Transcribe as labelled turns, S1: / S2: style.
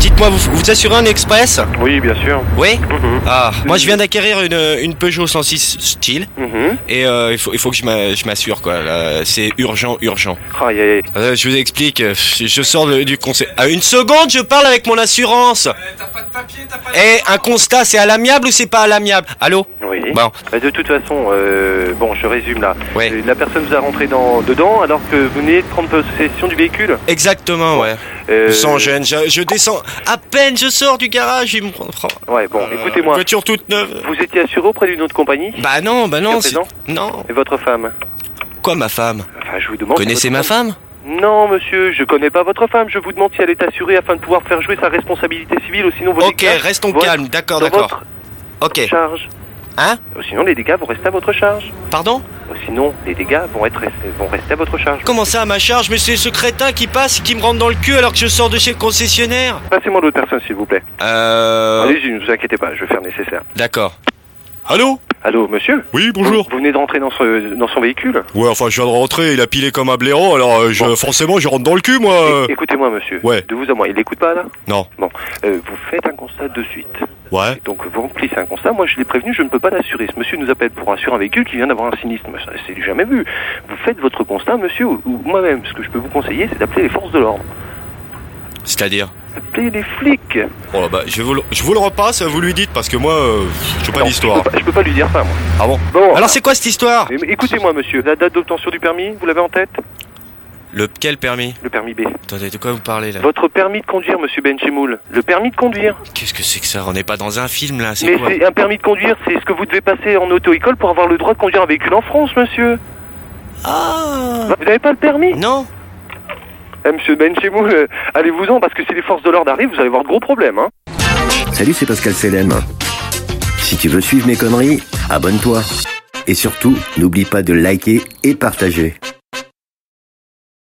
S1: dites-moi, vous, vous assurez un express
S2: Oui, bien sûr.
S1: Oui
S2: Mhm.
S1: Ah, moi je viens d'acquérir une, une Peugeot 106 style
S2: Mhm.
S1: et euh, il, faut, il faut que je m'a- je m'assure quoi. Là, C'est urgent, urgent.
S2: Aïe, aïe, aïe.
S1: Euh, je vous explique, euh, je je sors de- du conseil. Ah, une seconde, je parle avec mon assurance.
S3: Eh, T'as pas de papier, t'as pas de...
S1: Eh, un constat, c'est à l'amiable ou c'est pas à l'amiable Allô
S2: Oui.
S1: Bon,
S2: Bah, de toute façon, euh, bon, je résume là.
S1: ouais.
S2: Euh, La personne vous a rentré dans, dedans alors que vous venez de prendre possession du véhicule.
S1: Exactement, ouais.
S2: Euh,
S1: Sans gêne, je, je descends. À peine je sors du garage, il me prend. prend-
S2: Ouais, bon,
S1: Euh,
S2: écoutez-moi.
S1: Voiture toute neuve.
S2: Vous étiez assuré auprès d'une autre compagnie
S1: Bah non, bah non,
S2: Jusqu'à
S1: c'est.
S2: présent
S1: Non.
S2: Et votre femme
S1: Quoi, ma femme
S2: Enfin, je vous demande.
S1: Connaissez ma
S2: votre
S1: femme
S2: Non, monsieur, je connais pas votre femme. Je vous demande si elle est assurée afin de pouvoir faire jouer sa responsabilité civile ou sinon vos
S1: Ok,
S2: dégâts
S1: restons
S2: vont être
S1: calmes, d'accord,
S2: dans
S1: d'accord.
S2: hein. votre
S1: Ok.
S2: charge.
S1: Hein
S2: Sinon, les dégâts vont rester à votre charge.
S1: Pardon
S2: Sinon, les dégâts vont, être, vont rester à votre charge.
S1: Comment ça à ma charge Mais c'est ce crétin qui passe et qui me rentre dans le cul alors que je sors de chez le concessionnaire
S2: Passez-moi l'autre personne, s'il vous plaît.
S1: Euh.
S2: Allez-y, ne vous inquiétez pas, je vais faire le nécessaire.
S1: D'accord.
S4: Allô
S2: Allô, monsieur
S4: Oui, bonjour.
S2: Vous venez de rentrer dans, ce- dans son véhicule
S4: Ouais, enfin, je viens de rentrer, il a pilé comme un blaireau, alors euh, je,
S2: Bon.
S4: forcément, je rentre dans le cul, moi. euh.
S2: É- Écoutez-moi, monsieur.
S4: ouais.
S2: De vous à moi, il n'écoute pas, là
S4: Non.
S2: Bon, Euh, vous faites un constat de suite.
S4: Ouais.
S2: Donc, vous remplissez un constat. Moi, je l'ai prévenu, je ne peux pas l'assurer. Ce monsieur nous appelle pour assurer un véhicule qui vient d'avoir un sinistre. Mais ça, C'est du jamais vu. Vous faites votre constat, monsieur, ou, ou moi-même. Ce que je peux vous conseiller, c'est d'appeler les forces de l'ordre.
S1: C'est-à-dire
S2: Appelez les flics
S4: Oh, bah, je vous, le, je vous le repasse, euh, vous lui dites, parce que moi, euh, je sais pas
S2: Non,
S4: l'histoire.
S2: Je, peux pas- je peux pas lui dire ça, moi.
S4: Ah bon
S2: Bon,
S1: Alors c'est quoi cette histoire
S2: mais- mais écoutez-moi, monsieur. La date d'obtention du permis, vous l'avez en tête
S1: Le quel permis
S2: Le permis B.
S1: Attendez, de quoi vous parlez là
S2: Votre permis de conduire, monsieur Benchemoul. Le permis de conduire.
S1: Qu'est-ce que c'est que ça On n'est pas dans un film là, c'est
S2: Mais
S1: quoi
S2: c'est un permis de conduire, c'est ce que vous devez passer en auto-école pour avoir le droit de conduire un véhicule en France, monsieur.
S1: Ah
S2: Vous n'avez pas le permis
S1: Non
S2: Eh, Monsieur Benchemoul, euh, allez-vous-en, parce que si les forces de l'ordre arrivent, vous allez avoir de gros problèmes, hein.
S5: Salut, c'est Pascal Selem. Si tu veux suivre mes conneries, abonne-toi. Et surtout, n'oublie pas de liker et partager.